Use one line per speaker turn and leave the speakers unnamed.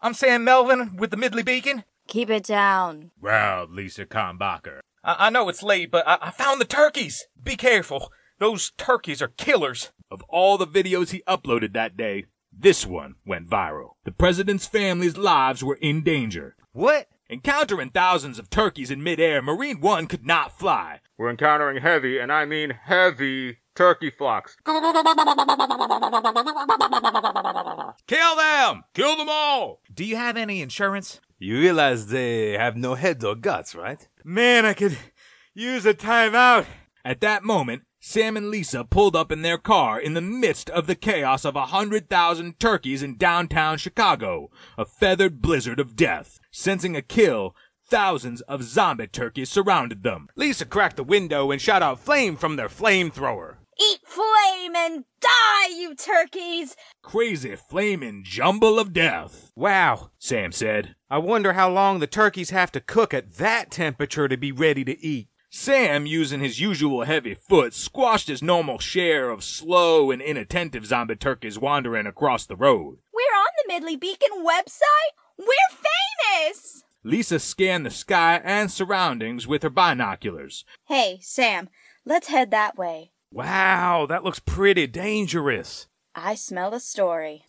I'm Sam Melvin with the Midley Beacon.
Keep it down.
Wow, Lisa Kambacher.
I, I know it's late, but I-, I found the turkeys. Be careful. Those turkeys are killers.
Of all the videos he uploaded that day, this one went viral. The president's family's lives were in danger.
What?
Encountering thousands of turkeys in midair, Marine One could not fly.
We're encountering heavy, and I mean heavy, turkey flocks.
Kill them! Kill them all!
Do you have any insurance?
You realize they have no head or guts, right?
Man, I could use a timeout. At that moment, Sam and Lisa pulled up in their car in the midst of the chaos of a hundred thousand turkeys in downtown Chicago, a feathered blizzard of death. Sensing a kill, thousands of zombie turkeys surrounded them. Lisa cracked the window and shot out flame from their flamethrower.
Eat flame and die, you turkeys!
Crazy flaming jumble of death,
Wow.
Sam said.
I wonder how long the turkeys have to cook at that temperature to be ready to eat.
Sam, using his usual heavy foot, squashed his normal share of slow and inattentive zombie turkeys wandering across the road.
We're on the Midley Beacon website! We're famous!
Lisa scanned the sky and surroundings with her binoculars.
Hey, Sam, let's head that way.
Wow, that looks pretty dangerous.
I smell a story.